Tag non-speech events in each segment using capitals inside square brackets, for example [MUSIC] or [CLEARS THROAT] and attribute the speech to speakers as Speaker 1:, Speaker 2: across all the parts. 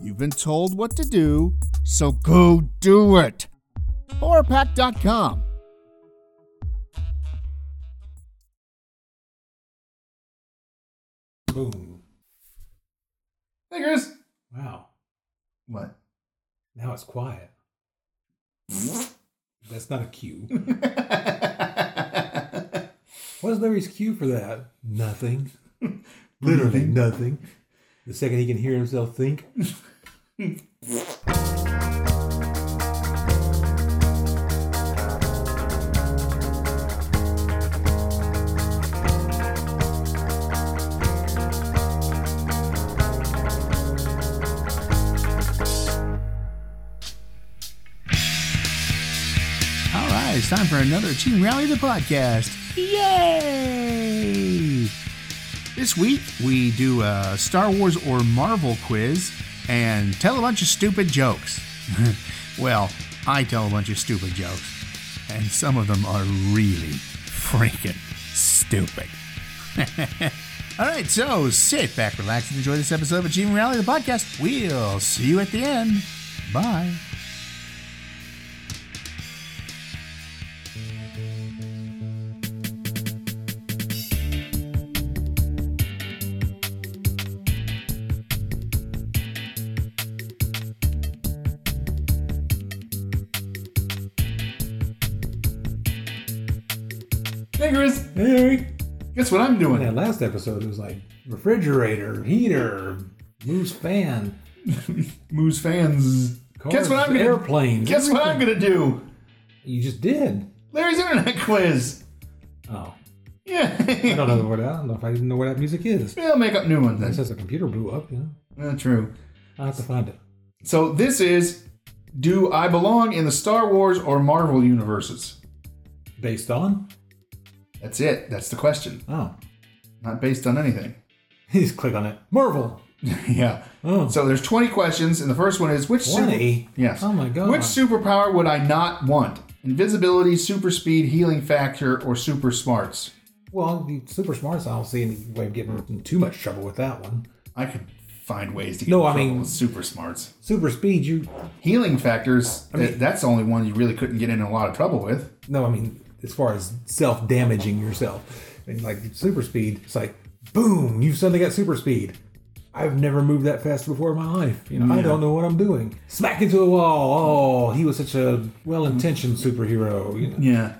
Speaker 1: you've been told what to do, so go do it! horrorpack.com.
Speaker 2: Boom.
Speaker 1: Hey, Chris.
Speaker 2: Wow.
Speaker 1: What?
Speaker 2: Now it's quiet. That's not
Speaker 1: [LAUGHS]
Speaker 2: a cue. What is Larry's cue for that?
Speaker 1: [LAUGHS]
Speaker 2: Nothing. Literally nothing. The second he can hear himself think.
Speaker 1: All right, it's time for another Achieving Rally the podcast. Yay! This week we do a Star Wars or Marvel quiz and tell a bunch of stupid jokes. [LAUGHS] well, I tell a bunch of stupid jokes, and some of them are really freaking stupid. [LAUGHS] All right, so sit back, relax, and enjoy this episode of Achieving Rally the podcast. We'll see you at the end. Bye. Hey, Chris.
Speaker 2: Hey, Larry.
Speaker 1: Guess what I'm
Speaker 2: In
Speaker 1: doing?
Speaker 2: that last episode, it was like refrigerator, heater, loose fan,
Speaker 1: Moose fans.
Speaker 2: cars,
Speaker 1: Guess what I'm gonna-
Speaker 2: airplanes.
Speaker 1: Guess what I'm gonna do?
Speaker 2: You just did.
Speaker 1: Larry's internet quiz. [LAUGHS]
Speaker 2: Oh. I
Speaker 1: Yeah,
Speaker 2: don't know what I don't know if I even know what that music is.
Speaker 1: we'll make up new ones.
Speaker 2: It
Speaker 1: That's
Speaker 2: says the computer blew up, you know.
Speaker 1: uh, true.
Speaker 2: I'll have to find it.
Speaker 1: So this is: Do I belong in the Star Wars or Marvel universes?
Speaker 2: Based on?
Speaker 1: That's it. That's the question.
Speaker 2: Oh. [LAUGHS]
Speaker 1: Not based on anything. [LAUGHS]
Speaker 2: You just click on it. Marvel.
Speaker 1: yeah.
Speaker 2: Oh.
Speaker 1: So there's 20 questions, and the first one is which super-
Speaker 2: 20?
Speaker 1: Yes.
Speaker 2: Oh my god.
Speaker 1: Which superpower would I not want? Invisibility, super speed, healing factor, or super smarts?
Speaker 2: Well, the super smarts, I don't see any way of getting in too much trouble with that one.
Speaker 1: I could find ways to get
Speaker 2: No,
Speaker 1: in
Speaker 2: I
Speaker 1: trouble
Speaker 2: mean-
Speaker 1: with super smarts.
Speaker 2: Super speed, you.
Speaker 1: Healing factors,
Speaker 2: mean-
Speaker 1: th- that's the only one you really couldn't get in a lot of trouble with.
Speaker 2: No, I mean, as far as self damaging yourself. And like super speed, it's like, boom, you've suddenly got super speed. I've never moved that fast before in my life. You know, I don't know what I'm doing. Smack into a wall. Oh, he was such a well intentioned superhero. You know.
Speaker 1: Yeah.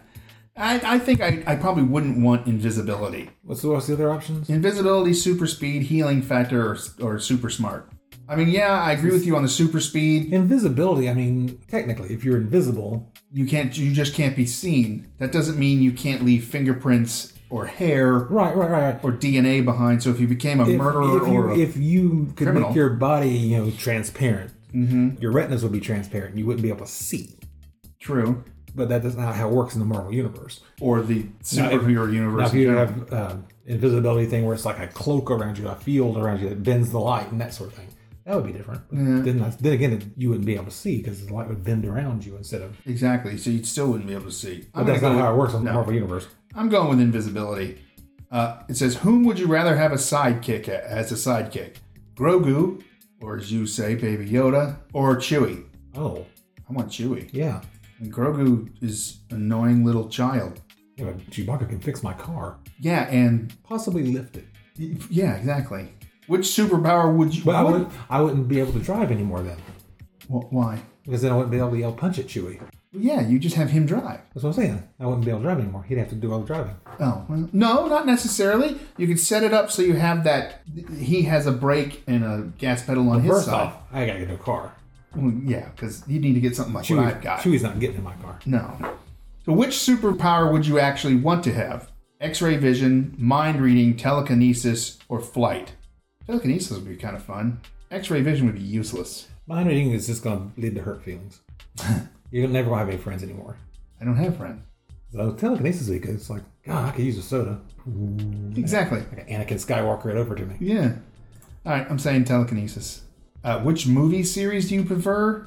Speaker 1: I, I think I, I probably wouldn't want invisibility.
Speaker 2: What's the, what's the other options?
Speaker 1: Invisibility, super speed, healing factor, or, or super smart. I mean, yeah, I agree with you on the super speed.
Speaker 2: Invisibility, I mean, technically, if you're invisible,
Speaker 1: You can't, you just can't be seen. That doesn't mean you can't leave fingerprints or hair
Speaker 2: right, right, right, right.
Speaker 1: or DNA behind. So if you became a
Speaker 2: if,
Speaker 1: murderer
Speaker 2: if you,
Speaker 1: or a,
Speaker 2: if you could
Speaker 1: criminal. Mm-hmm.
Speaker 2: make your body you know transparent your retinas would be transparent you wouldn't be able to see
Speaker 1: true,
Speaker 2: but that is not how it works in the marvel universe
Speaker 1: or the superhero
Speaker 2: now
Speaker 1: universe,
Speaker 2: if
Speaker 1: in
Speaker 2: you
Speaker 1: general.
Speaker 2: have um, invisibility thing where it's like a cloak around you a field around you that bends the light and that sort of thing that would be different But then, that's- then again you wouldn't be able to see because the light would bend around you instead of
Speaker 1: exactly. So you still wouldn't be able to see.
Speaker 2: but
Speaker 1: I'm
Speaker 2: that's
Speaker 1: gonna
Speaker 2: not
Speaker 1: go
Speaker 2: how
Speaker 1: with-
Speaker 2: it works in the
Speaker 1: no.
Speaker 2: marvel universe
Speaker 1: I'm going with invisibility. Uh, it says, "Whom would you rather have a sidekick a- as a sidekick? Grogu, or as you say, Baby Yoda, or Chewie?
Speaker 2: oh
Speaker 1: I want Chewie.
Speaker 2: yeah
Speaker 1: And Grogu is annoying little child.
Speaker 2: you know, Chewbacca can fix my car
Speaker 1: Yeah, and
Speaker 2: possibly lift it
Speaker 1: yeah, exactly. Which superpower would you?
Speaker 2: but I,
Speaker 1: what-
Speaker 2: wouldn't, I wouldn't be able to drive anymore then
Speaker 1: wh- Why?
Speaker 2: Because then I wouldn't be able to yell punch at Chewie.
Speaker 1: Yeah, you just have him drive.
Speaker 2: That's what I'm saying. I wouldn't be able to drive anymore. He'd have to do all the driving.
Speaker 1: Oh, well, no, not necessarily. You can set it up so you have that. He has a brake and a gas pedal on his
Speaker 2: First
Speaker 1: side.
Speaker 2: off, I gotta get a car.
Speaker 1: Well, yeah, because you need to get something like what I've got.
Speaker 2: Chewie's not getting in my car.
Speaker 1: No. So, which superpower would you actually want to have? X ray vision, mind reading, telekinesis, or flight? Telekinesis would be kind of fun. X ray vision would be useless.
Speaker 2: Mind reading is just going to lead to hurt feelings. You're never going to have any friends anymore.
Speaker 1: I don't have friends.
Speaker 2: So telekinesis is good. It's like, God, I could use a soda.
Speaker 1: Exactly.
Speaker 2: Like an Anakin Skywalker it over to me.
Speaker 1: Yeah. All right, I'm saying telekinesis. Uh, which movie series do you prefer?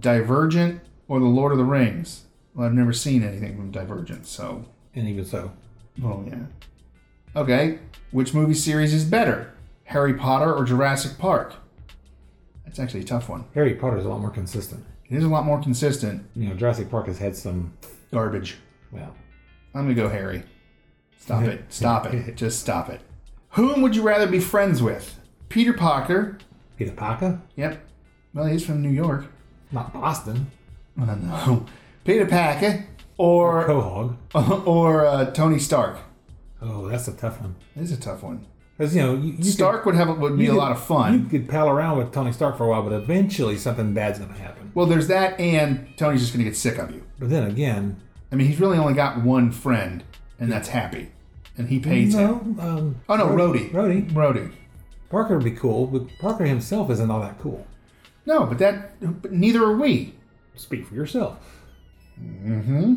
Speaker 1: Divergent or The Lord of the Rings? Well, I've never seen anything from Divergent, so.
Speaker 2: And even so,
Speaker 1: Well, Oh, yeah. Okay, which movie series is better? Harry Potter or Jurassic Park? That's actually a tough one.
Speaker 2: Harry Potter is a lot more consistent.
Speaker 1: It is a lot more consistent.
Speaker 2: You know, Jurassic Park has had some,
Speaker 1: Garbage.
Speaker 2: well,
Speaker 1: I'm gonna go Harry. Stop it. Stop
Speaker 2: [LAUGHS]
Speaker 1: it. Just stop it. Whom would you rather be friends with? Peter Parker.
Speaker 2: Peter Parker,
Speaker 1: Yep. Well, he's from New York.
Speaker 2: not Boston,
Speaker 1: Oh, no. Peter Parker or
Speaker 2: Quahog.
Speaker 1: [LAUGHS] or uh, Tony Stark.
Speaker 2: Oh, that's a tough one.
Speaker 1: This is a tough one.
Speaker 2: Because, you know, you, you
Speaker 1: Stark would have would be a
Speaker 2: could-
Speaker 1: lot of
Speaker 2: could,
Speaker 1: fun.
Speaker 2: you could pal around with Tony Stark for a while, but eventually something bad's going to happen.
Speaker 1: Well, there's that, and Tony's just gonna get sick of you.
Speaker 2: But then again,
Speaker 1: I mean, he's really only got one friend, and that's Happy, and he pays him.
Speaker 2: no. Um,
Speaker 1: Oh no, Rhodey.
Speaker 2: Rhodey.
Speaker 1: Rhodey.
Speaker 2: Parker would be cool, but Parker himself isn't all that cool.
Speaker 1: No, but that. But neither are we.
Speaker 2: Speak for yourself. Mm-hmm.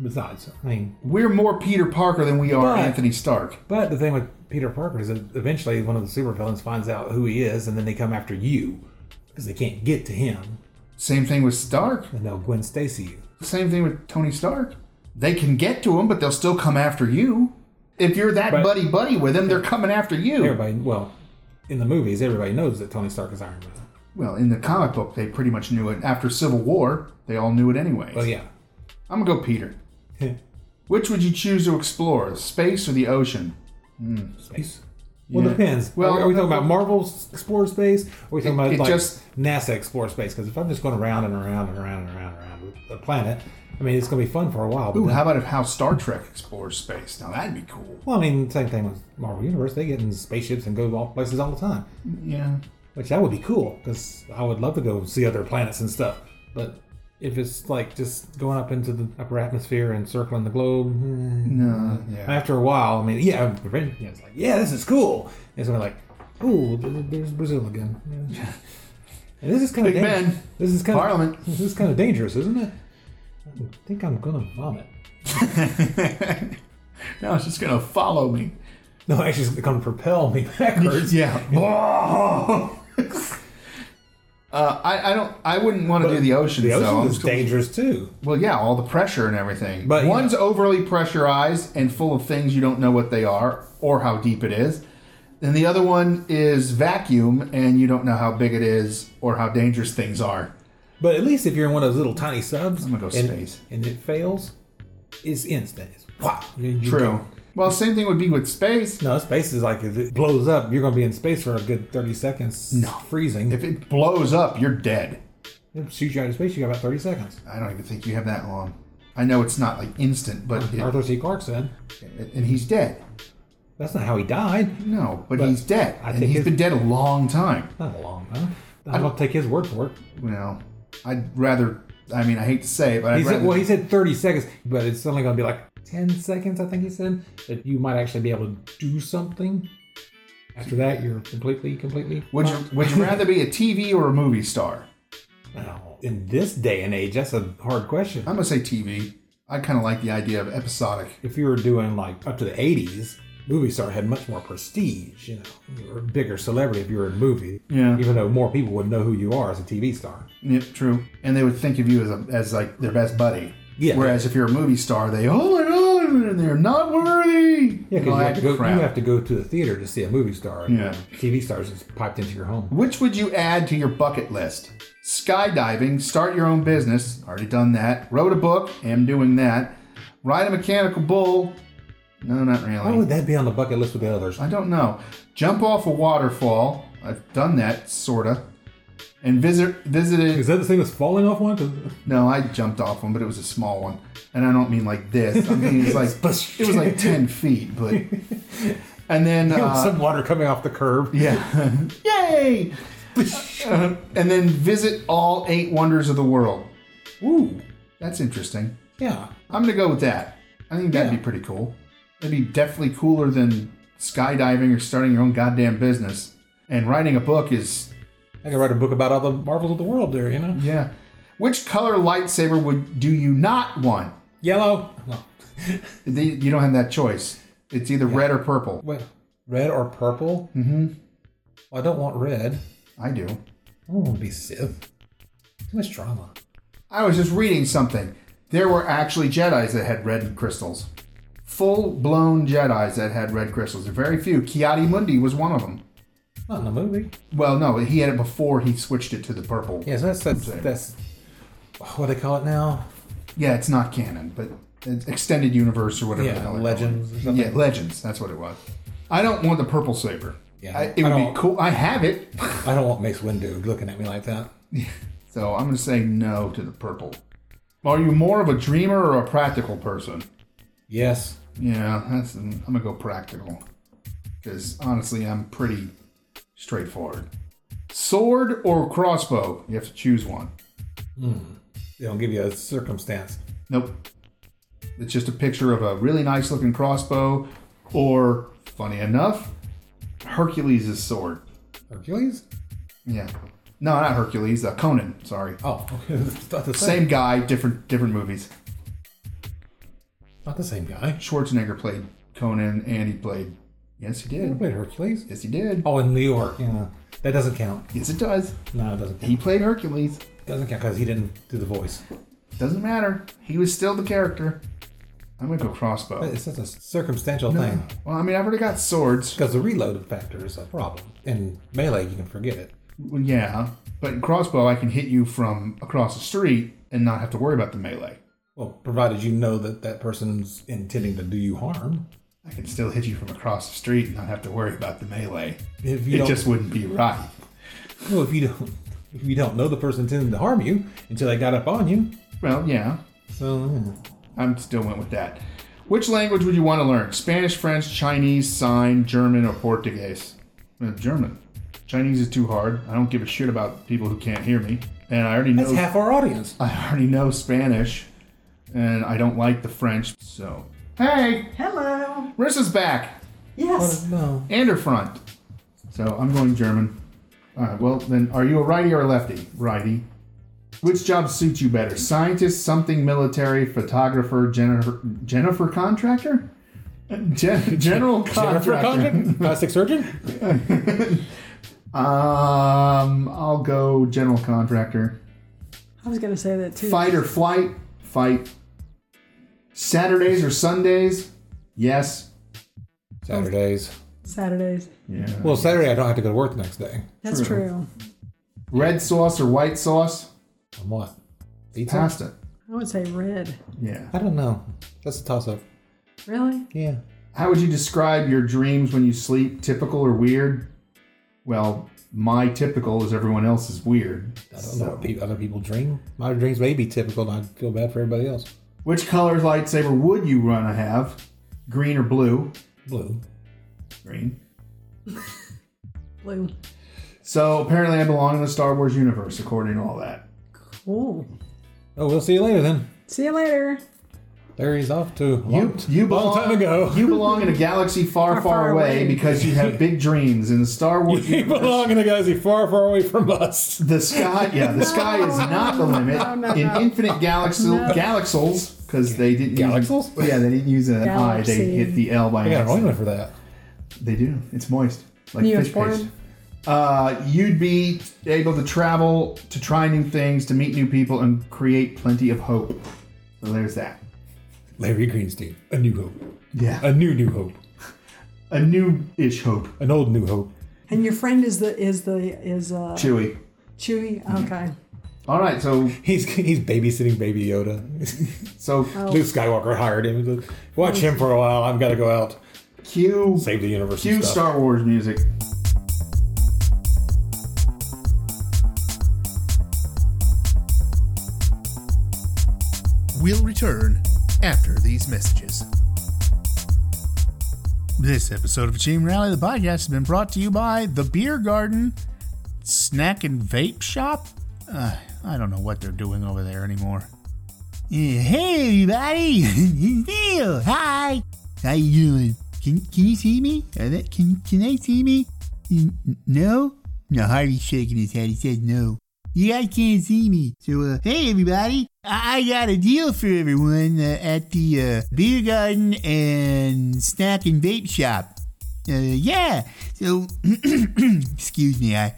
Speaker 2: Besides, I mean,
Speaker 1: We're more Peter Parker than we are
Speaker 2: But-
Speaker 1: Anthony Stark.
Speaker 2: but the thing with Peter Parker is that eventually one of the supervillains finds out who he is, and then they come after you because they can't get to him,
Speaker 1: Same thing with Stark.
Speaker 2: and they'll Gwen Stacy you.
Speaker 1: Same thing with Tony Stark. They can get to him, but they'll still come after you. If you're that
Speaker 2: But-
Speaker 1: buddy buddy with him, they're coming after you.
Speaker 2: Everybody, well, in the movies, everybody knows that Tony Stark is Iron Man.
Speaker 1: Well, in the comic book, they pretty much knew it. After Civil War, they all knew it anyways.
Speaker 2: Well, Oh, yeah, [LAUGHS]
Speaker 1: I'm gonna go Peter. Which would you choose to explore, space or the ocean?
Speaker 2: space. Well,
Speaker 1: Yeah.
Speaker 2: depends.
Speaker 1: Well,
Speaker 2: Well, are we talking about Marvel s- explore space? Or are we talking
Speaker 1: It-
Speaker 2: about
Speaker 1: it
Speaker 2: like
Speaker 1: just-
Speaker 2: NASA explore space? Because if I'm just going around and around and around and around and around with a planet, I mean, it's going to be fun for a while. But
Speaker 1: Ooh,
Speaker 2: then-
Speaker 1: how about if how Star Trek explores space? Now that'd be cool.
Speaker 2: well, I mean, same thing with Marvel Universe. They get in spaceships and go all places all the time,
Speaker 1: Yeah.
Speaker 2: which that would be cool because I would love to go see other planets and stuff. But if it's like just going up into the upper atmosphere and circling the globe, eh,
Speaker 1: No. Yeah.
Speaker 2: after a while, I mean, yeah, yeah, it's like, yeah, this is cool. And so we're like, ooh, there- there's Brazil
Speaker 1: [LAUGHS]
Speaker 2: again. Yeah. And this is kind
Speaker 1: Big
Speaker 2: of dangerous.
Speaker 1: Ben.
Speaker 2: This is kind of
Speaker 1: Parliament.
Speaker 2: [LAUGHS] this is kind of dangerous, isn't it? I think I'm gonna vomit.
Speaker 1: now it's just gonna follow me.
Speaker 2: No, [LAUGHS] actually, it's gonna propel me [LAUGHS]
Speaker 1: [LAUGHS]
Speaker 2: backwards.
Speaker 1: Yeah. [LAUGHS]
Speaker 2: Whoa!
Speaker 1: Uh, I, I don't. I wouldn't want to do the ocean.
Speaker 2: The
Speaker 1: so I'm
Speaker 2: ocean is
Speaker 1: just gonna-
Speaker 2: dangerous too.
Speaker 1: Well, yeah, all the pressure and everything.
Speaker 2: But, you
Speaker 1: one's overly pressurized and full of things you don't know what they are or how deep it is. And the other one is vacuum, and you don't know how big it is or how dangerous things are.
Speaker 2: But at least if you're in one of those little tiny subs,
Speaker 1: I'm gonna go
Speaker 2: and,
Speaker 1: space.
Speaker 2: and it fails, it's instant. It's wow.
Speaker 1: True. Well, same thing would be with space.
Speaker 2: No, space is like if it blows up, you're gonna be in space for a good thirty seconds. No, freezing.
Speaker 1: If it blows up, you're dead.
Speaker 2: It'll shoot you out of space. You got about thirty seconds.
Speaker 1: I don't even think you have that long. I know it's not like instant, but it,
Speaker 2: Arthur C. Clarke said,
Speaker 1: and he's dead.
Speaker 2: "That's not how he died."
Speaker 1: No, but,
Speaker 2: But
Speaker 1: he's dead,
Speaker 2: I
Speaker 1: and
Speaker 2: think
Speaker 1: he's
Speaker 2: it-
Speaker 1: been dead a long time.
Speaker 2: Not a long time. I don't take his word for it.
Speaker 1: Well, I'd rather. I mean, I hate to say it, but I'd
Speaker 2: He said,
Speaker 1: rather.
Speaker 2: "Well, he said thirty seconds, but it's only going to be like ten seconds." I think he said that you might actually be able to do something. After that, you're completely, completely.
Speaker 1: Would you Would
Speaker 2: [LAUGHS]
Speaker 1: you rather be a TV or a movie star?
Speaker 2: Now, in this day and age, that's a hard question.
Speaker 1: I'm gonna say TV. I kind of like the idea of episodic.
Speaker 2: If you were doing like up to the '80s, movie star had much more prestige. You know, you were a bigger celebrity if you were in a movie.
Speaker 1: Yeah.
Speaker 2: Even though more people would know who you are as a TV star.
Speaker 1: Yep, true. And they would think of you as a, as like their best buddy.
Speaker 2: Yeah.
Speaker 1: Whereas if you're a movie star, they oh my god, and they're not worthy. And
Speaker 2: Yeah,
Speaker 1: all
Speaker 2: because you, have
Speaker 1: that
Speaker 2: to go-
Speaker 1: crap.
Speaker 2: you have to go to the theater to see a movie star. and
Speaker 1: Yeah.
Speaker 2: TV stars just piped into your home.
Speaker 1: Which would you add to your bucket list? Skydiving, start your own business, already done that. Wrote a book, am doing that. Ride a mechanical bull, no, not really.
Speaker 2: Why would that be on the bucket list with the others?
Speaker 1: I don't know. Jump off a waterfall, I've done that, sorta. And visit visited.
Speaker 2: Is that the thing that's falling off one? 'Cause-
Speaker 1: No, I jumped off one, but it was a small one, and I don't mean like this. I mean it's like
Speaker 2: [LAUGHS]
Speaker 1: it was like ten feet, but. And then uh,
Speaker 2: [LAUGHS] Some water coming off the curb.
Speaker 1: Yeah. [LAUGHS] Yay! Uh, and then visit all eight wonders of the world.
Speaker 2: Ooh.
Speaker 1: That's interesting.
Speaker 2: Yeah.
Speaker 1: I'm going to go with that. I think that'd be pretty cool. That'd be definitely cooler than skydiving or starting your own goddamn business. And writing a book is
Speaker 2: I could write a book about all the marvels of the world there, you know?
Speaker 1: Yeah. Which color lightsaber would do you not want?
Speaker 2: Yellow. No.
Speaker 1: The- You don't have that choice. It's either red or purple.
Speaker 2: Wait, red or purple? Mm-hmm. I don't want red.
Speaker 1: I do.
Speaker 2: I don't want to be Sith. Too much drama.
Speaker 1: I was just reading something. There were actually Jedi's that had red crystals. Full blown Jedi's that had red crystals. There are very few. Kiadi Mundi was one of them.
Speaker 2: Not in the movie.
Speaker 1: Well, no, he had it before he switched it to the purple.
Speaker 2: Yes, that's that's that's what do they call it now.
Speaker 1: Yeah, it's not canon, but it's extended universe or whatever the
Speaker 2: Yeah,
Speaker 1: hell. they call it.
Speaker 2: legends or something.
Speaker 1: Yeah, Legends. That's what it was. I don't want the purple saber.
Speaker 2: Yeah,
Speaker 1: I, it
Speaker 2: I
Speaker 1: would be
Speaker 2: don't-
Speaker 1: cool. I have it,
Speaker 2: I don't want Mace Windu looking at me like that.
Speaker 1: so I'm going to say no to the purple. Are you more of a dreamer or a practical person?
Speaker 2: Yes,
Speaker 1: Yeah, that's. I'm gonna go practical, because honestly, I'm pretty straightforward. Sword or crossbow? You have to choose one.
Speaker 2: they don't give you a circumstance.
Speaker 1: Nope. It's just a picture of a really nice looking crossbow, or funny enough, Hercules' sword.
Speaker 2: Hercules.
Speaker 1: Yeah. No, not Hercules. Uh, Conan. Sorry.
Speaker 2: Oh, okay. [LAUGHS] It's not the same.
Speaker 1: Same guy, different different movies.
Speaker 2: Not the same guy.
Speaker 1: Schwarzenegger played Conan, and he played. Yes, he
Speaker 2: He
Speaker 1: did.
Speaker 2: played Hercules.
Speaker 1: Yes, he did.
Speaker 2: Oh, in New York. Yeah, that doesn't count.
Speaker 1: Yes, it does.
Speaker 2: No, it doesn't. Count.
Speaker 1: He played Hercules.
Speaker 2: Doesn't count because he didn't do the voice.
Speaker 1: Doesn't matter. He was still the character. I'm gonna go crossbow.
Speaker 2: It's such a circumstantial thing.
Speaker 1: Well, I mean, I've already got swords.
Speaker 2: Because the reload factor is a problem. In melee, you can forget it.
Speaker 1: Well, yeah, but in crossbow, I can hit you from across the street and not have to worry about the melee.
Speaker 2: Well, provided you know that that person's intending to do you harm.
Speaker 1: I can still hit you from across the street and not have to worry about the melee.
Speaker 2: If you
Speaker 1: It
Speaker 2: don't,
Speaker 1: just wouldn't be right.
Speaker 2: well, if you don't, if you don't know the person intending to harm you until they got up on you.
Speaker 1: Well, yeah,
Speaker 2: So yeah.
Speaker 1: I'm still went with that. Which language would you want to learn? Spanish, French, Chinese, Sign, German, or Portuguese? Uh, German. Chinese is too hard. I don't give a shit about people who can't hear me, and I already know.
Speaker 2: that's half our audience.
Speaker 1: I already know Spanish, and I don't like the French, so. Hey!
Speaker 3: Hello.
Speaker 1: Marissa's back!
Speaker 3: Yes.
Speaker 2: No,
Speaker 1: And her front! So I'm going German. Alright, well, then, are you a righty or a lefty? Righty. Which job suits you better? Scientist, something military, photographer, Jennifer, Jennifer contractor? Gen- general
Speaker 2: Jennifer
Speaker 1: contractor. [LAUGHS]
Speaker 2: Condon, plastic surgeon.
Speaker 1: Um, I'll go general contractor.
Speaker 3: I was gonna say that too.
Speaker 1: Fight or flight? Fight. Saturdays or Sundays? Yes.
Speaker 2: Saturdays.
Speaker 3: Saturdays.
Speaker 1: Yeah.
Speaker 2: Well, Saturday I don't have to go to work the next day.
Speaker 3: That's true.
Speaker 1: Red sauce or white sauce?
Speaker 2: I'm what? Pizza?
Speaker 1: Pasta.
Speaker 3: I would say red.
Speaker 1: Yeah.
Speaker 2: I don't know. That's a toss-up.
Speaker 3: Really?
Speaker 2: Yeah.
Speaker 1: How would you describe your dreams when you sleep? Typical or weird? Well, my typical is everyone else's weird.
Speaker 2: I don't know what pe- other people dream. My dreams may be typical, and I feel bad for everybody else.
Speaker 1: Which color lightsaber would you want to have? Green or blue?
Speaker 2: Blue.
Speaker 1: Green.
Speaker 3: Blue.
Speaker 1: So apparently I belong in the Star Wars universe, according to all that.
Speaker 3: Cool.
Speaker 2: Oh, we'll see you later then.
Speaker 3: See you later.
Speaker 2: There he's off to a
Speaker 1: You,
Speaker 2: long,
Speaker 1: you belong,
Speaker 2: long time ago.
Speaker 1: [LAUGHS] You belong in a galaxy far, far,
Speaker 3: Far, far
Speaker 1: away,
Speaker 3: away.
Speaker 1: because you have big dreams in the Star
Speaker 2: [LAUGHS]
Speaker 1: Wars
Speaker 2: You
Speaker 1: universe.
Speaker 2: belong in a galaxy far, far away from us.
Speaker 1: The sky, yeah, the sky is not the limit
Speaker 3: no, no,
Speaker 1: in
Speaker 3: no.
Speaker 1: infinite galaxy galaxels because they didn't
Speaker 2: Galaxels?
Speaker 1: Use, yeah, they didn't use an I. They
Speaker 3: Galaxy.
Speaker 1: hit the L by
Speaker 2: I got an
Speaker 1: accident.
Speaker 2: ointment for that.
Speaker 1: They do. It's moist, like
Speaker 3: New
Speaker 1: fish
Speaker 3: York
Speaker 1: paste. Uh, you'd be able to travel, to try new things, to meet new people, and create plenty of hope. So there's that.
Speaker 2: Larry Greenstein. A new hope.
Speaker 1: Yeah,
Speaker 2: A new new hope.
Speaker 1: a new-ish hope.
Speaker 2: An old new hope.
Speaker 3: And your friend is the is the is uh
Speaker 1: Chewy.
Speaker 3: Chewy.
Speaker 4: Mm-hmm.
Speaker 3: Okay.
Speaker 1: All right, so
Speaker 2: He's he's babysitting Baby Yoda. [LAUGHS]
Speaker 1: so
Speaker 2: Luke Skywalker hired him. He's like, Watch him for a while. I've got to go out.
Speaker 1: Q
Speaker 2: Save the universe. and
Speaker 1: Cue
Speaker 2: stuff.
Speaker 1: Star Wars music.
Speaker 5: We'll return after these messages.
Speaker 1: This episode of Achievement Rally, the podcast, has been brought to you by The Beer Garden, Snack and Vape Shop. Uh, I don't know what they're doing over there anymore. Yeah, Hey, [LAUGHS] everybody! Neil, hi! How you doing? Can, can you see me? Are that, can, can they see me? N- No? Now Harvey's shaking his head. He says no. You guys can't see me. So, uh, hey everybody, I, I got a deal for everyone uh, at the uh, beer garden and snack and vape shop. Uh, yeah. So, [CLEARS THROAT] excuse me, I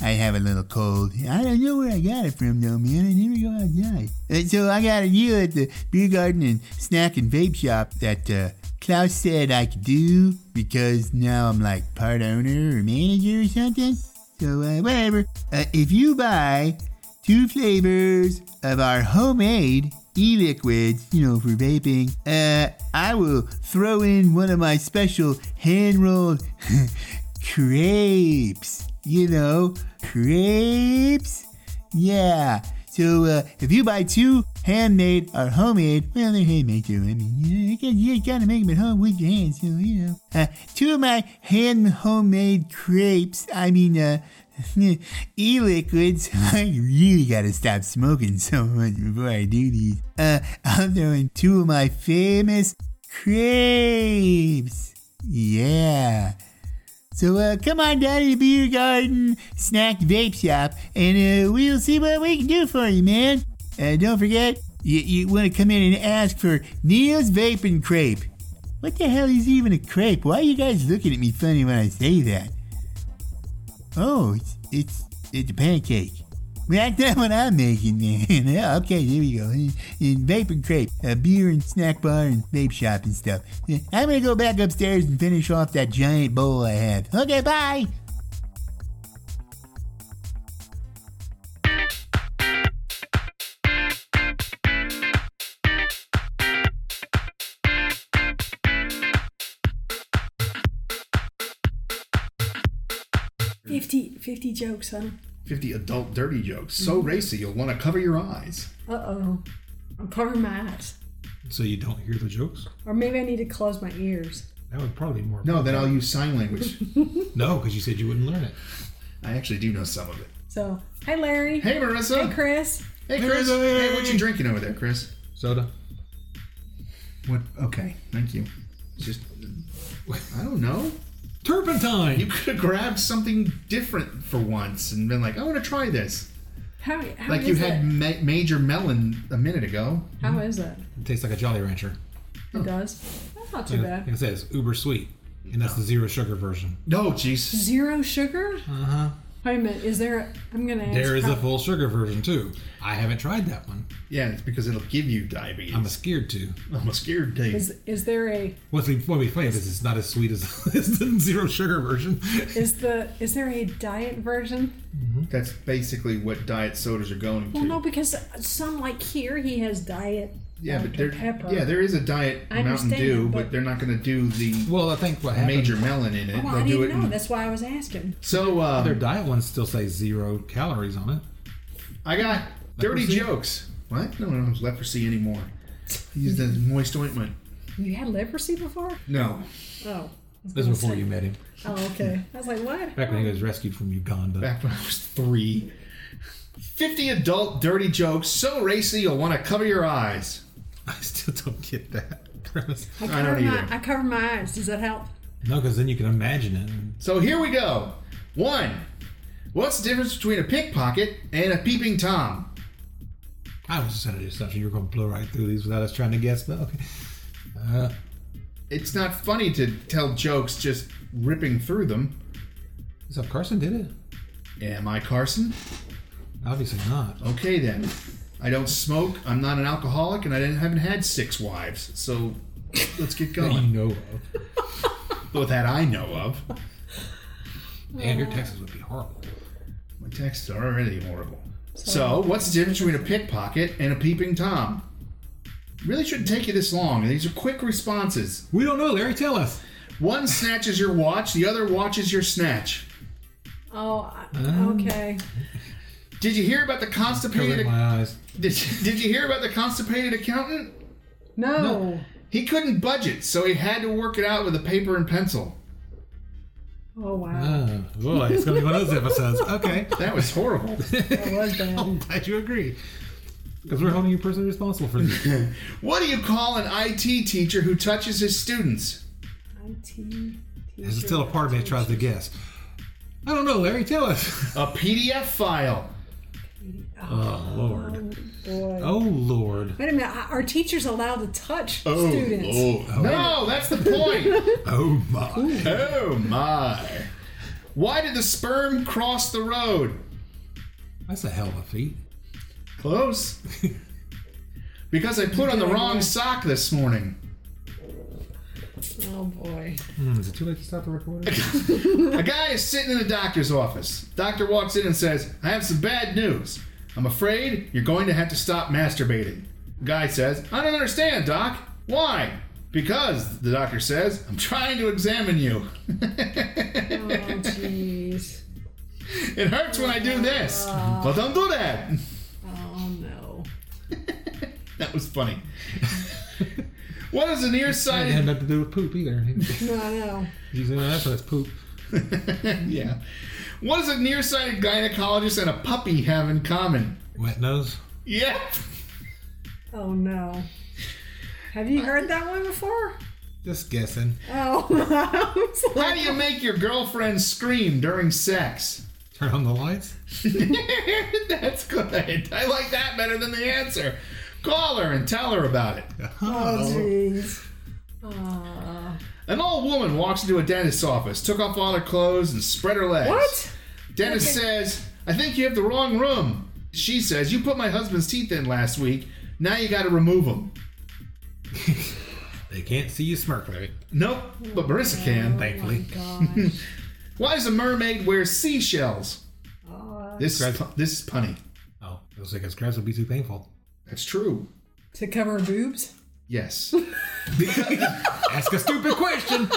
Speaker 1: I have a little cold. I don't know where I got it from though, man. I never go outside. Uh, so I got a deal at the beer garden and snack and vape shop that uh, Klaus said I could do because now I'm like part owner or manager or something. So uh, whatever. Uh, if you buy two flavors of our homemade e-liquids, you know, for vaping. Uh, I will throw in one of my special hand-rolled [LAUGHS] crepes. You know, crepes. Yeah. So uh, if you buy two handmade or homemade, well, they're handmade too. I mean, you, know, you, can, you gotta make them at home with your hands, so you know. Uh, two of my hand homemade crepes. I mean, uh, [LAUGHS] e-liquids. [LAUGHS] I really gotta stop smoking so much before I do these. Uh, I'm throwing two of my famous crepes. Yeah. So uh, come on down to the beer garden snack vape shop, and uh, we'll see what we can do for you, man. Uh, don't forget, you, you want to come in and ask for Neil's Vape and Crepe. What the hell is even a crepe? Why are you guys looking at me funny when I say that? Oh, it's it's, it's a pancake. Like that one I'm making, man. [LAUGHS] Yeah, okay, here we go. In, in vape and crepe, a beer and snack bar and vape shop and stuff. Yeah, I'm gonna go back upstairs and finish off that giant bowl I had. Okay, bye.
Speaker 3: Fifty, fifty jokes, huh?
Speaker 4: 50 adult dirty jokes. So racy, you'll want to cover your eyes.
Speaker 3: Uh oh. I'm covering my eyes.
Speaker 2: So you don't hear the jokes?
Speaker 3: Or maybe I need to close my ears.
Speaker 2: That would probably be more.
Speaker 4: No, then I'll use sign language.
Speaker 2: No, because you said you wouldn't learn it.
Speaker 4: I actually do know some of it.
Speaker 3: So, hey, Larry.
Speaker 4: Hey, Marissa.
Speaker 3: Hey, Chris.
Speaker 4: Hey, Chris. Hey, what you drinking over there, Chris?
Speaker 2: Soda.
Speaker 4: What? Okay, thank you. Just, I don't know. You
Speaker 2: Turpentine.
Speaker 4: could have grabbed something different for once and been like, I want to try this.
Speaker 3: How, how
Speaker 4: Like
Speaker 3: is
Speaker 4: you had
Speaker 3: it?
Speaker 4: ma- Major Melon a minute ago.
Speaker 3: How is it?
Speaker 2: It tastes like a Jolly Rancher.
Speaker 4: Oh.
Speaker 3: It does. That's not too
Speaker 2: And
Speaker 3: bad.
Speaker 2: It says uber sweet, and that's the zero sugar version.
Speaker 4: No, Jesus.
Speaker 3: Zero sugar?
Speaker 2: Uh
Speaker 4: Uh-huh.
Speaker 2: huh.
Speaker 3: Wait a minute. Is there? A, I'm gonna. Ask
Speaker 2: There is
Speaker 3: how-
Speaker 2: a full sugar version too. I haven't tried that one.
Speaker 4: Yeah, it's because it'll give you diabetes.
Speaker 2: I'm scared to.
Speaker 4: I'm scared to.
Speaker 3: Is is there a
Speaker 2: What we what we play is it's not as sweet as, [LAUGHS] as the zero
Speaker 4: [LAUGHS]
Speaker 2: sugar version.
Speaker 3: is the is there a diet version?
Speaker 4: That's basically what diet sodas are going to.
Speaker 3: Well, no, because some like here he has diet.
Speaker 4: yeah, but there,
Speaker 3: Dr. Pepper.
Speaker 4: yeah, there is a diet
Speaker 3: I
Speaker 4: Mountain
Speaker 3: understand,
Speaker 4: Dew, but,
Speaker 3: but-
Speaker 4: they're not going to do the
Speaker 2: Well, I think what happened.
Speaker 4: major melon in it.
Speaker 3: Well,
Speaker 4: They'll
Speaker 3: I
Speaker 4: do
Speaker 3: didn't
Speaker 4: it.
Speaker 3: know.
Speaker 4: in-
Speaker 3: That's why I was asking.
Speaker 4: so
Speaker 2: Their
Speaker 4: uh,
Speaker 2: diet ones still say zero calories on it.
Speaker 4: I got dirty
Speaker 2: Leprosy?
Speaker 4: jokes. What? No, no, it's leprosy anymore. Use the moist ointment.
Speaker 3: You had leprosy before?
Speaker 4: No,
Speaker 3: Oh.
Speaker 2: This is before you met him.
Speaker 3: Oh, okay. I was like, what?
Speaker 2: Back when he was rescued from Uganda.
Speaker 4: back when I was three. 50 adult dirty jokes so racy you'll want to cover your eyes.
Speaker 2: [LAUGHS] I still don't get that premise.
Speaker 3: I
Speaker 4: I
Speaker 3: cover
Speaker 4: don't
Speaker 3: my
Speaker 4: either.
Speaker 3: I cover my eyes. Does that help?
Speaker 2: No, because then you can imagine it. and
Speaker 4: So here we go. One. What's the difference between a pickpocket and a peeping tom?
Speaker 2: I was just under the assumption you were going to blow right through these without us trying to guess, but okay. Uh,
Speaker 4: It's not funny to tell jokes just ripping through them.
Speaker 2: so Carson did it?
Speaker 4: Am I Carson?
Speaker 2: Obviously not.
Speaker 4: Okay then. I don't smoke, I'm not an alcoholic, and I didn't, haven't had six wives. So let's get
Speaker 2: That you
Speaker 4: going.
Speaker 2: know of.
Speaker 4: Though that I know of.
Speaker 2: And your taxes would be horrible.
Speaker 4: My texts are already horrible. So, what's the difference between a pickpocket and a peeping tom? Really shouldn't take you this long. These are quick responses.
Speaker 2: We don't know, Larry. Tell us.
Speaker 4: One snatches your watch, the other watches your snatch.
Speaker 3: Oh, I- okay.
Speaker 4: Did you hear about the
Speaker 2: Covering
Speaker 4: constipated?
Speaker 2: my eyes.
Speaker 4: Did, did you hear about the constipated accountant?
Speaker 3: No.
Speaker 4: He couldn't budget, so he had to work it out with a paper and pencil.
Speaker 3: Oh wow.
Speaker 2: Oh, boy. It's going to be one of those episodes. Okay. [LAUGHS]
Speaker 4: That was horrible.
Speaker 3: that was bad.
Speaker 2: I'm glad you agree. Because we're holding you personally responsible for this.
Speaker 4: what do you call an IT teacher who touches his students?
Speaker 3: IT.
Speaker 2: There's still a part of me that tries to guess. I don't know, Larry. Tell us.
Speaker 1: A PDF file.
Speaker 2: [LAUGHS] Oh Lord.
Speaker 3: Boy.
Speaker 2: Oh Lord.
Speaker 3: Wait a minute. Are teachers allowed to touch
Speaker 1: Oh,
Speaker 3: students?
Speaker 1: Lord. No, that's the point.
Speaker 2: Oh my.
Speaker 1: oh my. Why did the sperm cross the road?
Speaker 2: That's a hell of a feat.
Speaker 1: [LAUGHS] Close. because I put on the wrong sock this morning.
Speaker 3: Oh boy.
Speaker 2: Hmm, is it too late to stop the [LAUGHS] recording?
Speaker 1: A guy is sitting in the doctor's office. Doctor walks in and says, I have some bad news. I'm afraid you're going to have to stop masturbating. Guy says, I don't understand, Doc. Why? Because, the doctor says, I'm trying to examine you.
Speaker 3: Oh
Speaker 1: [LAUGHS]
Speaker 3: jeez.
Speaker 1: it hurts when I do this, but don't do that. [LAUGHS]
Speaker 3: Oh no.
Speaker 1: That was funny. [LAUGHS] what is a
Speaker 2: It had
Speaker 1: nearsighted?
Speaker 2: nothing to do with poop either. [LAUGHS]
Speaker 3: No, no.
Speaker 2: He's doing that, so that's poop.
Speaker 1: [LAUGHS] yeah. What does a nearsighted gynecologist and a puppy have in common?
Speaker 2: Wet nose.
Speaker 1: Yeah.
Speaker 3: Oh no. Have you heard that one before?
Speaker 2: Just guessing.
Speaker 3: Oh. [LAUGHS] I was like-
Speaker 1: How do you make your girlfriend scream during sex? [LAUGHS]
Speaker 2: Turn on the lights.
Speaker 1: That's good. I like that better than the answer. Call her and tell her about it.
Speaker 2: [LAUGHS]
Speaker 3: Oh jeez. Uh,
Speaker 1: An old woman walks into a dentist's office, took off all her clothes, and spread her legs.
Speaker 3: what?
Speaker 1: Dentist says, I think you have the wrong room. She says, You put my husband's teeth in last week. Now you got to remove them.
Speaker 2: They can't see you smirk, Larry.
Speaker 1: Nope, but Marissa can.
Speaker 2: Thankfully.
Speaker 3: Gosh.
Speaker 1: Why does a mermaid wear seashells?
Speaker 3: Uh,
Speaker 1: This is, pu- this is punny.
Speaker 2: Oh, feels like his grabs would be too painful. [LAUGHS]
Speaker 1: That's true.
Speaker 3: [LAUGHS] to cover boobs?
Speaker 1: Yes.
Speaker 2: Ask a stupid question.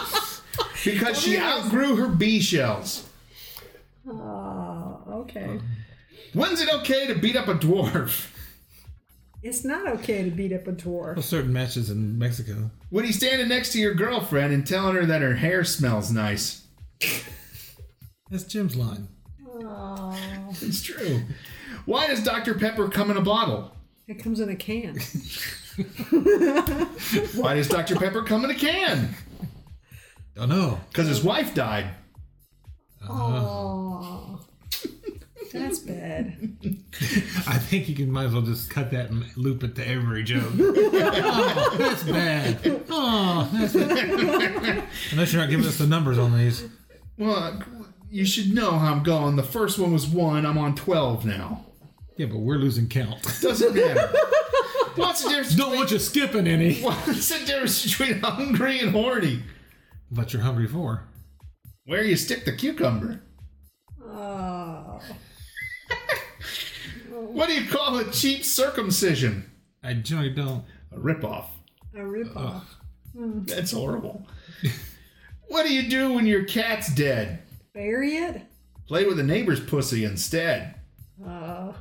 Speaker 1: Because she outgrew her bee shells.
Speaker 3: Oh, okay.
Speaker 1: When's it okay to beat up a dwarf? [LAUGHS]
Speaker 3: It's not okay to beat up a dwarf.
Speaker 2: Well, certain matches in Mexico.
Speaker 1: When he's standing next to your girlfriend and telling her that her hair smells nice.
Speaker 2: That's Jim's line.
Speaker 3: Oh,
Speaker 1: It's true. Why does Dr. Pepper come in a bottle?
Speaker 3: it comes in a [LAUGHS] can.
Speaker 1: Why does Dr. Pepper come in a can?
Speaker 2: Don't know.
Speaker 1: Because his wife died.
Speaker 3: Oh, that's bad.
Speaker 2: I think you can might as well just cut that and loop it to every joke. oh, that's bad. Oh, that's bad. Unless you're not giving us the numbers on these.
Speaker 1: Well, you should know how I'm going. The first one was one. I'm on 12 now.
Speaker 2: Yeah, but we're losing count. [LAUGHS]
Speaker 1: Doesn't matter. What's the difference?
Speaker 2: Don't want you skipping any.
Speaker 1: [LAUGHS] What's the difference between hungry and horny?
Speaker 2: But you're hungry for.
Speaker 1: Where you stick the cucumber?
Speaker 3: Oh,
Speaker 1: What do you call a cheap circumcision?
Speaker 2: I generally don't.
Speaker 1: A ripoff.
Speaker 3: a rip off.
Speaker 1: That's horrible. what do you do when your cat's dead?
Speaker 3: Bury it?
Speaker 1: Play with a neighbor's pussy instead.
Speaker 3: Oh,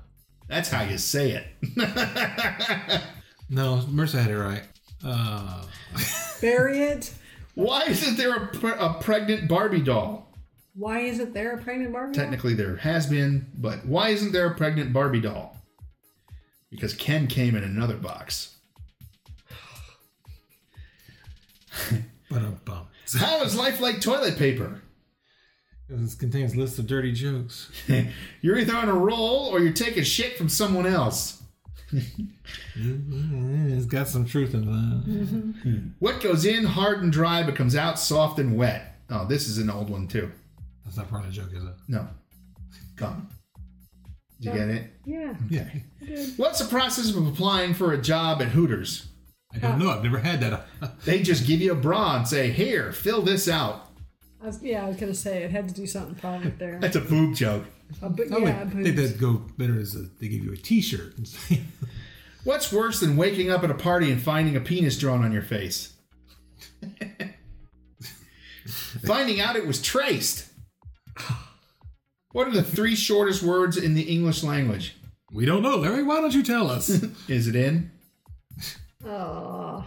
Speaker 1: That's how you say it.
Speaker 2: No, Mercer had it right. Uh,
Speaker 3: bury it?
Speaker 1: [LAUGHS] Why isn't there a, pre- a pregnant Barbie doll?
Speaker 3: Why isn't there a pregnant Barbie? doll?
Speaker 1: Technically, there has been, but why isn't there a pregnant Barbie doll? Because Ken came in another box.
Speaker 2: but I'm bummed.
Speaker 1: How is life like toilet paper?
Speaker 2: This contains lists of dirty jokes.
Speaker 1: [LAUGHS] You're either on a roll or you're taking shit from someone else.
Speaker 2: Mm, It's got some truth in that.
Speaker 3: Mm-hmm.
Speaker 1: What goes in hard and dry becomes out soft and wet. Oh, this is an old one too.
Speaker 2: That's not part of the joke, is it?
Speaker 1: No. Gum. Did you get it?
Speaker 3: Yeah.
Speaker 2: Yeah.
Speaker 1: What's the process of applying for a job at Hooters?
Speaker 2: I don't know. I've never had that. [LAUGHS]
Speaker 1: They just give you a bra and say, here, fill this out.
Speaker 3: I was, yeah, I was going to say it had to do something probably with [LAUGHS] there.
Speaker 1: That's a boob joke.
Speaker 3: Uh, but
Speaker 2: I would
Speaker 3: yeah,
Speaker 2: think
Speaker 3: boobs.
Speaker 2: that'd go better as a, they give you a T-shirt. and say,
Speaker 1: What's worse than waking up at a party and finding a penis drawn on your face? finding out it was traced. What are the three shortest words in the English language?
Speaker 2: we don't know, Larry. Why don't you
Speaker 3: [LAUGHS]
Speaker 2: tell us?
Speaker 1: Is it in?
Speaker 3: Oh,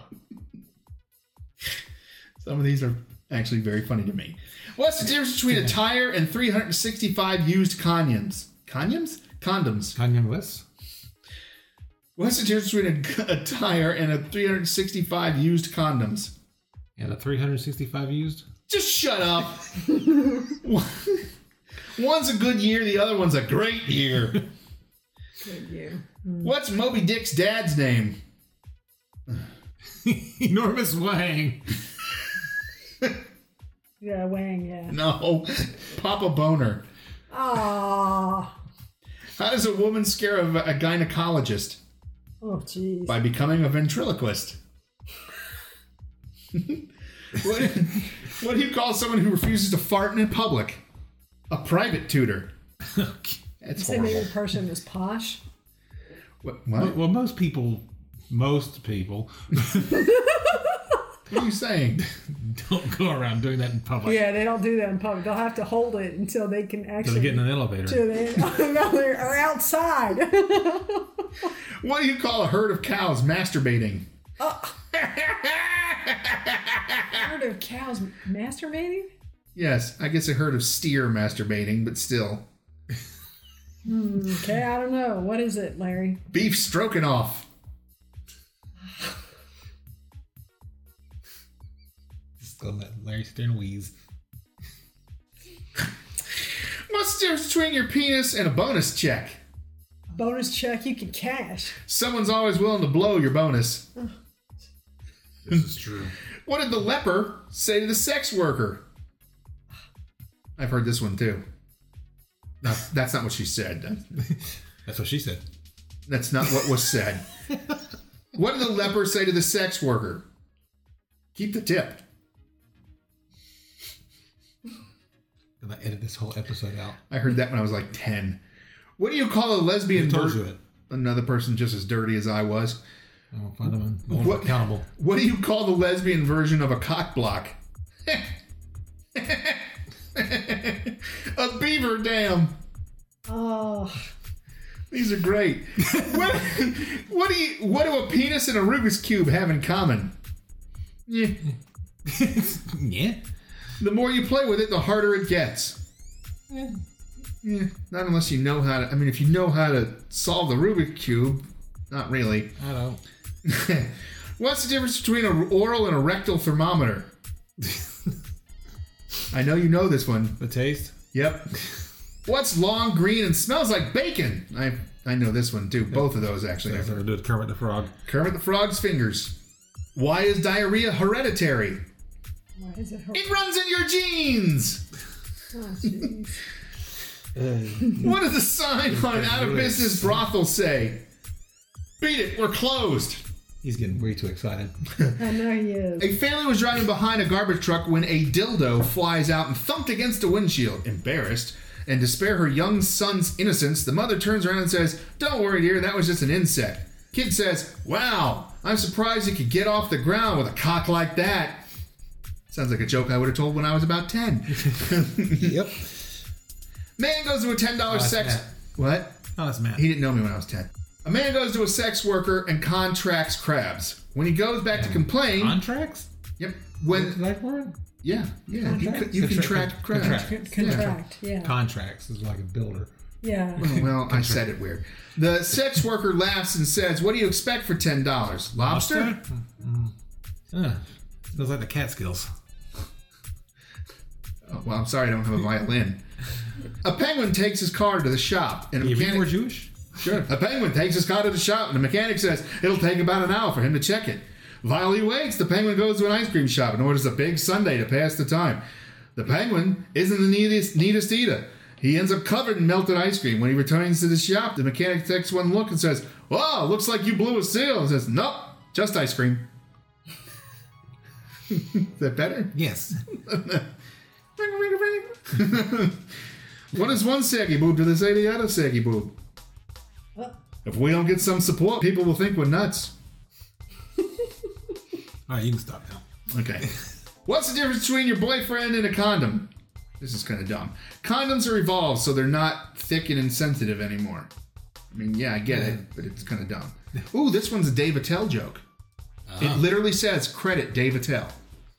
Speaker 1: Some of these are actually very funny to me. What's the difference between a tire and 365 used condoms? Condoms? Condoms.
Speaker 2: Kanye West.
Speaker 1: What's the difference between a, a tire and a 365 used condoms?
Speaker 2: And a 365 used. [LAUGHS]
Speaker 1: Just shut up. [LAUGHS] One's a good year, the other one's a great year.
Speaker 3: Good you.
Speaker 1: What's Moby Dick's dad's name?
Speaker 2: Enormous Wang.
Speaker 3: [LAUGHS] Yeah, Wang, yeah.
Speaker 1: No, [LAUGHS] Papa Boner.
Speaker 3: Aww.
Speaker 1: How does a woman scare a, a gynecologist?
Speaker 3: Oh, jeez.
Speaker 1: By becoming a ventriloquist. [LAUGHS] what, what do you call someone who refuses to fart in public? A private tutor. That's
Speaker 3: Said maybe
Speaker 1: horrible.
Speaker 3: the person was posh.
Speaker 1: What, what?
Speaker 2: well, most people, most people
Speaker 1: what are you saying? [LAUGHS]
Speaker 2: don't go around doing that in public.
Speaker 3: Yeah, they don't do that in public. They'll have to hold it until they can
Speaker 2: They
Speaker 3: actually
Speaker 2: get in an elevator.
Speaker 3: to the [LAUGHS] another or [LAUGHS] outside.
Speaker 1: What do you call a herd of cows masturbating?
Speaker 3: Heard of cows masturbating?
Speaker 1: Yes, I guess a herd of steer masturbating, but still.
Speaker 3: Okay, I don't know. What is it, Larry?
Speaker 1: Beef stroking off.
Speaker 2: Just gonna let Larry Stern wheeze.
Speaker 1: What's the difference between your penis and a bonus check?
Speaker 3: Bonus check you can cash.
Speaker 1: Someone's always willing to blow your bonus.
Speaker 2: This is true.
Speaker 1: What did the leper say to the sex worker? I've heard this one too. No, that's not what she said. That-
Speaker 2: That's what she said.
Speaker 1: That's not what was said.
Speaker 2: [LAUGHS]
Speaker 1: what did the leper say to the sex worker? Keep the tip.
Speaker 2: I'm gonna edit this whole episode out.
Speaker 1: I heard that when I was like 10. What do you call a lesbian
Speaker 2: I told
Speaker 1: bird-
Speaker 2: you it.
Speaker 1: Another person just as dirty as I was.
Speaker 2: I'm gonna find them. I'm gonna
Speaker 1: What-
Speaker 2: be accountable.
Speaker 1: What do you call the lesbian version of a cock block? [LAUGHS] a beaver dam.
Speaker 3: Oh,
Speaker 1: These are great. what, what do you? What do a penis and a Rubik's cube have in common? Yeah.
Speaker 2: Yeah.
Speaker 1: The more you play with it, the harder it gets. Yeah. Not unless you know how to. I mean, if you know how to solve the Rubik's cube, not really. [LAUGHS]
Speaker 2: I [LAUGHS] don't.
Speaker 1: What's the difference between an oral and a rectal thermometer? I know you know this one.
Speaker 2: The taste.
Speaker 1: Yep. What's long, green, and smells like bacon? I I know this one too. Both of those actually.
Speaker 2: I'm gonna do it. Kermit the Frog.
Speaker 1: Kermit the Frog's fingers. Why is diarrhea hereditary?
Speaker 3: why is it hurt?
Speaker 1: It runs in your genes.
Speaker 3: Oh, jeez.
Speaker 2: Uh,
Speaker 1: What does the sign on an out of
Speaker 2: really
Speaker 1: business brothel say? Beat it, we're closed.
Speaker 2: He's getting way too excited.
Speaker 3: I know he is.
Speaker 1: A family was driving behind a garbage truck when a dildo flies out and thumped against a windshield. Embarrassed and to spare her young son's innocence, the mother turns around and says, Don't worry, dear, that was just an insect. Kid says, Wow, I'm surprised you could get off the ground with a cock like that. Sounds like a joke I would have told when I was about 10.
Speaker 2: [LAUGHS] yep.
Speaker 1: Man goes to a $10
Speaker 2: it's
Speaker 1: sex.
Speaker 2: Matt.
Speaker 1: What?
Speaker 2: Oh, that's Matt.
Speaker 1: He didn't know me when I was 10. A man goes to a sex worker and contracts crabs. When he goes back to complain,
Speaker 2: Contracts?
Speaker 1: yep, when
Speaker 2: Is that word?
Speaker 1: Yeah, yeah. You,
Speaker 2: Contract?
Speaker 1: could, you can
Speaker 2: Contract-
Speaker 1: track crap.
Speaker 2: contract.
Speaker 3: Contract, yeah.
Speaker 2: Contracts is like a builder.
Speaker 3: Yeah.
Speaker 1: Well, I said it weird. The sex worker laughs and says, "What do you expect for ten dollars? Lobster?
Speaker 2: Uh, smells like the Catskills.
Speaker 1: Oh, well, I'm sorry, I don't have a violin. A penguin takes his car to the shop, and a
Speaker 2: You were
Speaker 1: mechanic.
Speaker 2: Jewish?
Speaker 1: Sure. A penguin takes his car to the shop, and the mechanic says it'll take about an hour for him to check it. While he waits, the penguin goes to an ice cream shop and orders a big sundae to pass the time. The penguin isn't the neatest, neatest eater. He ends up covered in melted ice cream. When he returns to the shop, the mechanic takes one look and says, Wow, looks like you blew a seal. And says, Nope, just ice cream. [LAUGHS] Is that better?
Speaker 2: Yes.
Speaker 1: [LAUGHS] what is one saggy boob to the say to the other saggy boob?
Speaker 3: What?
Speaker 1: If we don't get some support, people will think we're nuts.
Speaker 2: [LAUGHS] All right, you can stop now.
Speaker 1: Okay. What's the difference between your boyfriend and a condom? This is kind of dumb. Condoms are evolved, so they're not thick and insensitive anymore. I mean, yeah, I get it, but it's kind of dumb. Ooh, this one's a Dave Attell joke. It literally says, credit Dave Attell.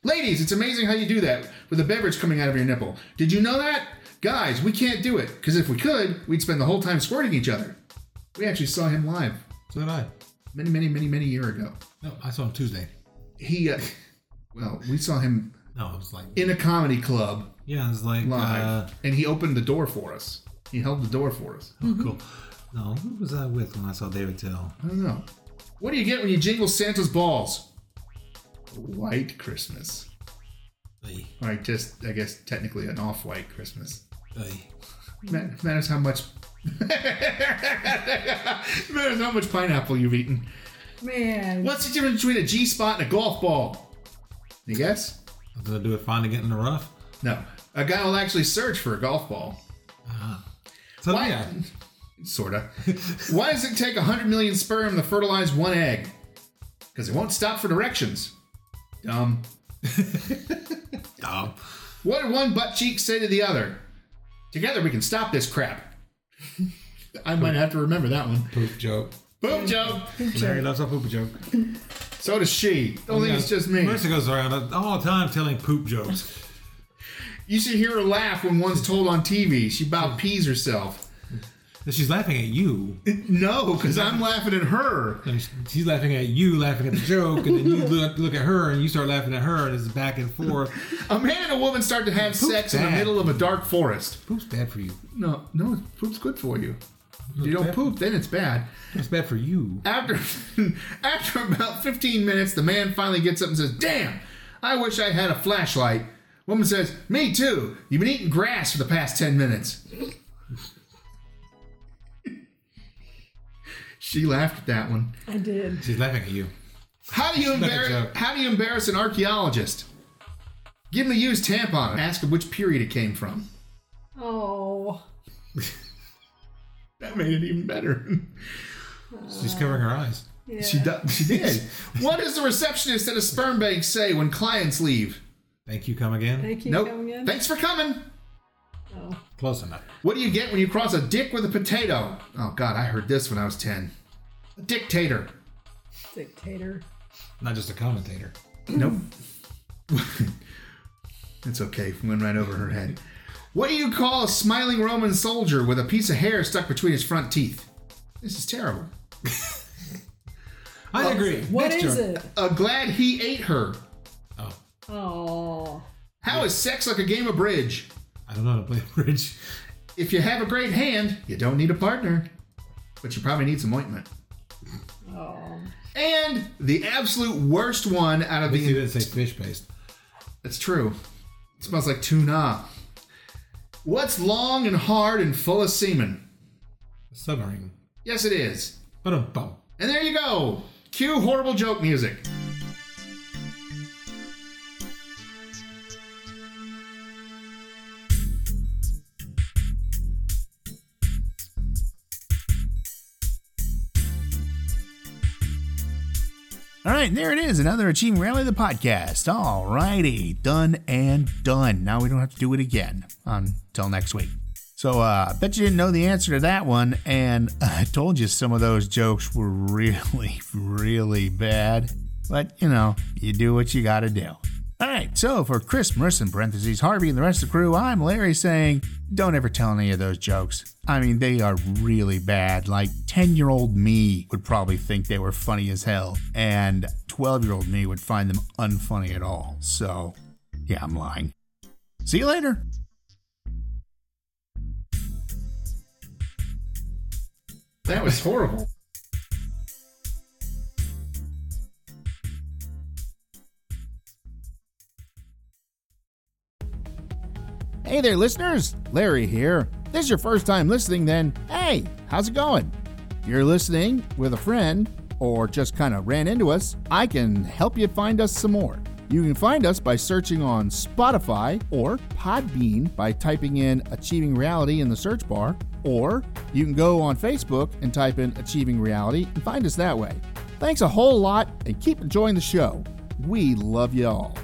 Speaker 1: Ladies, it's amazing how you do that with a beverage coming out of your nipple. Did you know that? Guys, we can't do it, because if we could, we'd spend the whole time squirting each other. We actually saw him live
Speaker 2: So did I.
Speaker 1: many, many, many, many year ago.
Speaker 2: No, I saw him Tuesday.
Speaker 1: He, uh, well, we saw him
Speaker 2: No, it was like
Speaker 1: in a comedy club
Speaker 2: yeah, it was like
Speaker 1: live,
Speaker 2: uh,
Speaker 1: and he opened the door for us. He held the door for us.
Speaker 2: oh, cool. No, who was I with when I saw David Tell?
Speaker 1: I don't know. What do you get when you jingle Santa's balls? A White Christmas.
Speaker 2: Hey,
Speaker 1: All right, just I guess technically an off-white Christmas.
Speaker 2: hey.
Speaker 1: Ma- matters how much. [LAUGHS] matters how much pineapple you've eaten.
Speaker 3: Man.
Speaker 1: What's the difference between a G spot and a golf ball? You guess?
Speaker 2: Does it do it finding it in the rough?
Speaker 1: No. A guy will actually search for a golf ball.
Speaker 2: So
Speaker 1: Why? uh,
Speaker 2: yeah,
Speaker 1: Sorta. Why does it take 100 million sperm to fertilize one egg? Because it won't stop for directions. Dumb.
Speaker 2: oh,
Speaker 1: What did one butt cheek say to the other? Together we can stop this crap. [LAUGHS] I might have to remember that one.
Speaker 2: poop joke.
Speaker 1: Boom, Joe.
Speaker 2: Larry loves a poop joke.
Speaker 1: So does she. Don't think it's just me.
Speaker 2: Marissa goes around all the time telling poop jokes.
Speaker 1: You should hear her laugh when one's told on TV. She about pees herself.
Speaker 2: And She's laughing at you.
Speaker 1: No, because I'm laughing at her.
Speaker 2: And she- She's laughing at you, laughing at the joke, and
Speaker 1: [LAUGHS]
Speaker 2: then you look, look at her and you start laughing at her, and it's back and forth.
Speaker 1: A man and a woman start to have sex in the
Speaker 2: bad.
Speaker 1: middle of a dark forest.
Speaker 2: Poop's bad for you.
Speaker 1: No, no, poop's good for you. If you don't poop, then it's bad.
Speaker 2: It's bad for you.
Speaker 1: After [LAUGHS] after about 15 minutes, the man finally gets up and says, "Damn, I wish I had a flashlight." Woman says, "Me too. You've been eating grass for the past 10 minutes." [LAUGHS] she laughed at that one.
Speaker 3: I did.
Speaker 2: She's laughing at you.
Speaker 1: How do you embarrass
Speaker 2: joke.
Speaker 1: How do you embarrass an archaeologist? Give him a used tampon and ask him which period it came from.
Speaker 3: Oh.
Speaker 1: That made it even better. [LAUGHS]
Speaker 2: She's covering her eyes.
Speaker 3: Yeah.
Speaker 1: She, do- she did. what does the receptionist at a sperm bank say when clients leave?
Speaker 2: Thank you, come again.
Speaker 3: Thank you
Speaker 1: nope.
Speaker 3: coming in.
Speaker 1: Thanks for coming.
Speaker 3: oh.
Speaker 2: Close enough.
Speaker 1: What do you get when you cross a dick with a potato? Oh, God, I heard this when I was 10. A dictator.
Speaker 3: Dictator.
Speaker 2: Not just a commentator.
Speaker 1: Nope. it's okay. Went right over her head. What do you call a smiling Roman soldier with a piece of hair stuck between his front teeth? This is terrible.
Speaker 2: I agree.
Speaker 3: What
Speaker 2: Next
Speaker 3: is it?
Speaker 2: joke.
Speaker 1: A glad he ate her.
Speaker 2: Oh,
Speaker 3: Oh.
Speaker 1: How is sex like a game of bridge?
Speaker 2: I don't know how to play [LAUGHS] bridge.
Speaker 1: If you have a great hand, you don't need a partner, but you probably need some ointment.
Speaker 3: Oh.
Speaker 1: And the absolute worst one out of
Speaker 2: At least you
Speaker 1: the.
Speaker 2: didn't say fish paste.
Speaker 1: That's true. It smells like tuna. What's long and hard and full of semen?
Speaker 2: Submarine.
Speaker 1: Yes, it is.
Speaker 2: But a bum.
Speaker 1: And there you go. Cue horrible joke music.
Speaker 6: All right, there it is. Another Achieving Rally the podcast. All righty, done and done. Now we don't have to do it again until next week. So uh, I bet you didn't know the answer to that one, and [LAUGHS] I told you some of those jokes were [LAUGHS] really, really bad. But you know, you do what you got to do. All right, so for Chris Merson, parentheses Harvey, and the rest of the crew, I'm Larry saying, don't ever tell any of those jokes. I mean, they are really bad. Like 10 year old me would probably think they were funny as hell, and 12 year old me would find them unfunny at all. So, yeah, I'm lying. See you later.
Speaker 1: That was horrible.
Speaker 6: Hey there, listeners. Larry here. If this is your first time listening, then hey, how's it going? You're listening with a friend or just kind of ran into us, I can help you find us some more. You can find us by searching on Spotify or Podbean by typing in Achieving Reality in the search bar, or you can go on Facebook and type in Achieving Reality and find us that way. Thanks a whole lot and keep enjoying the show. We love you all.
Speaker 3: Uh-huh.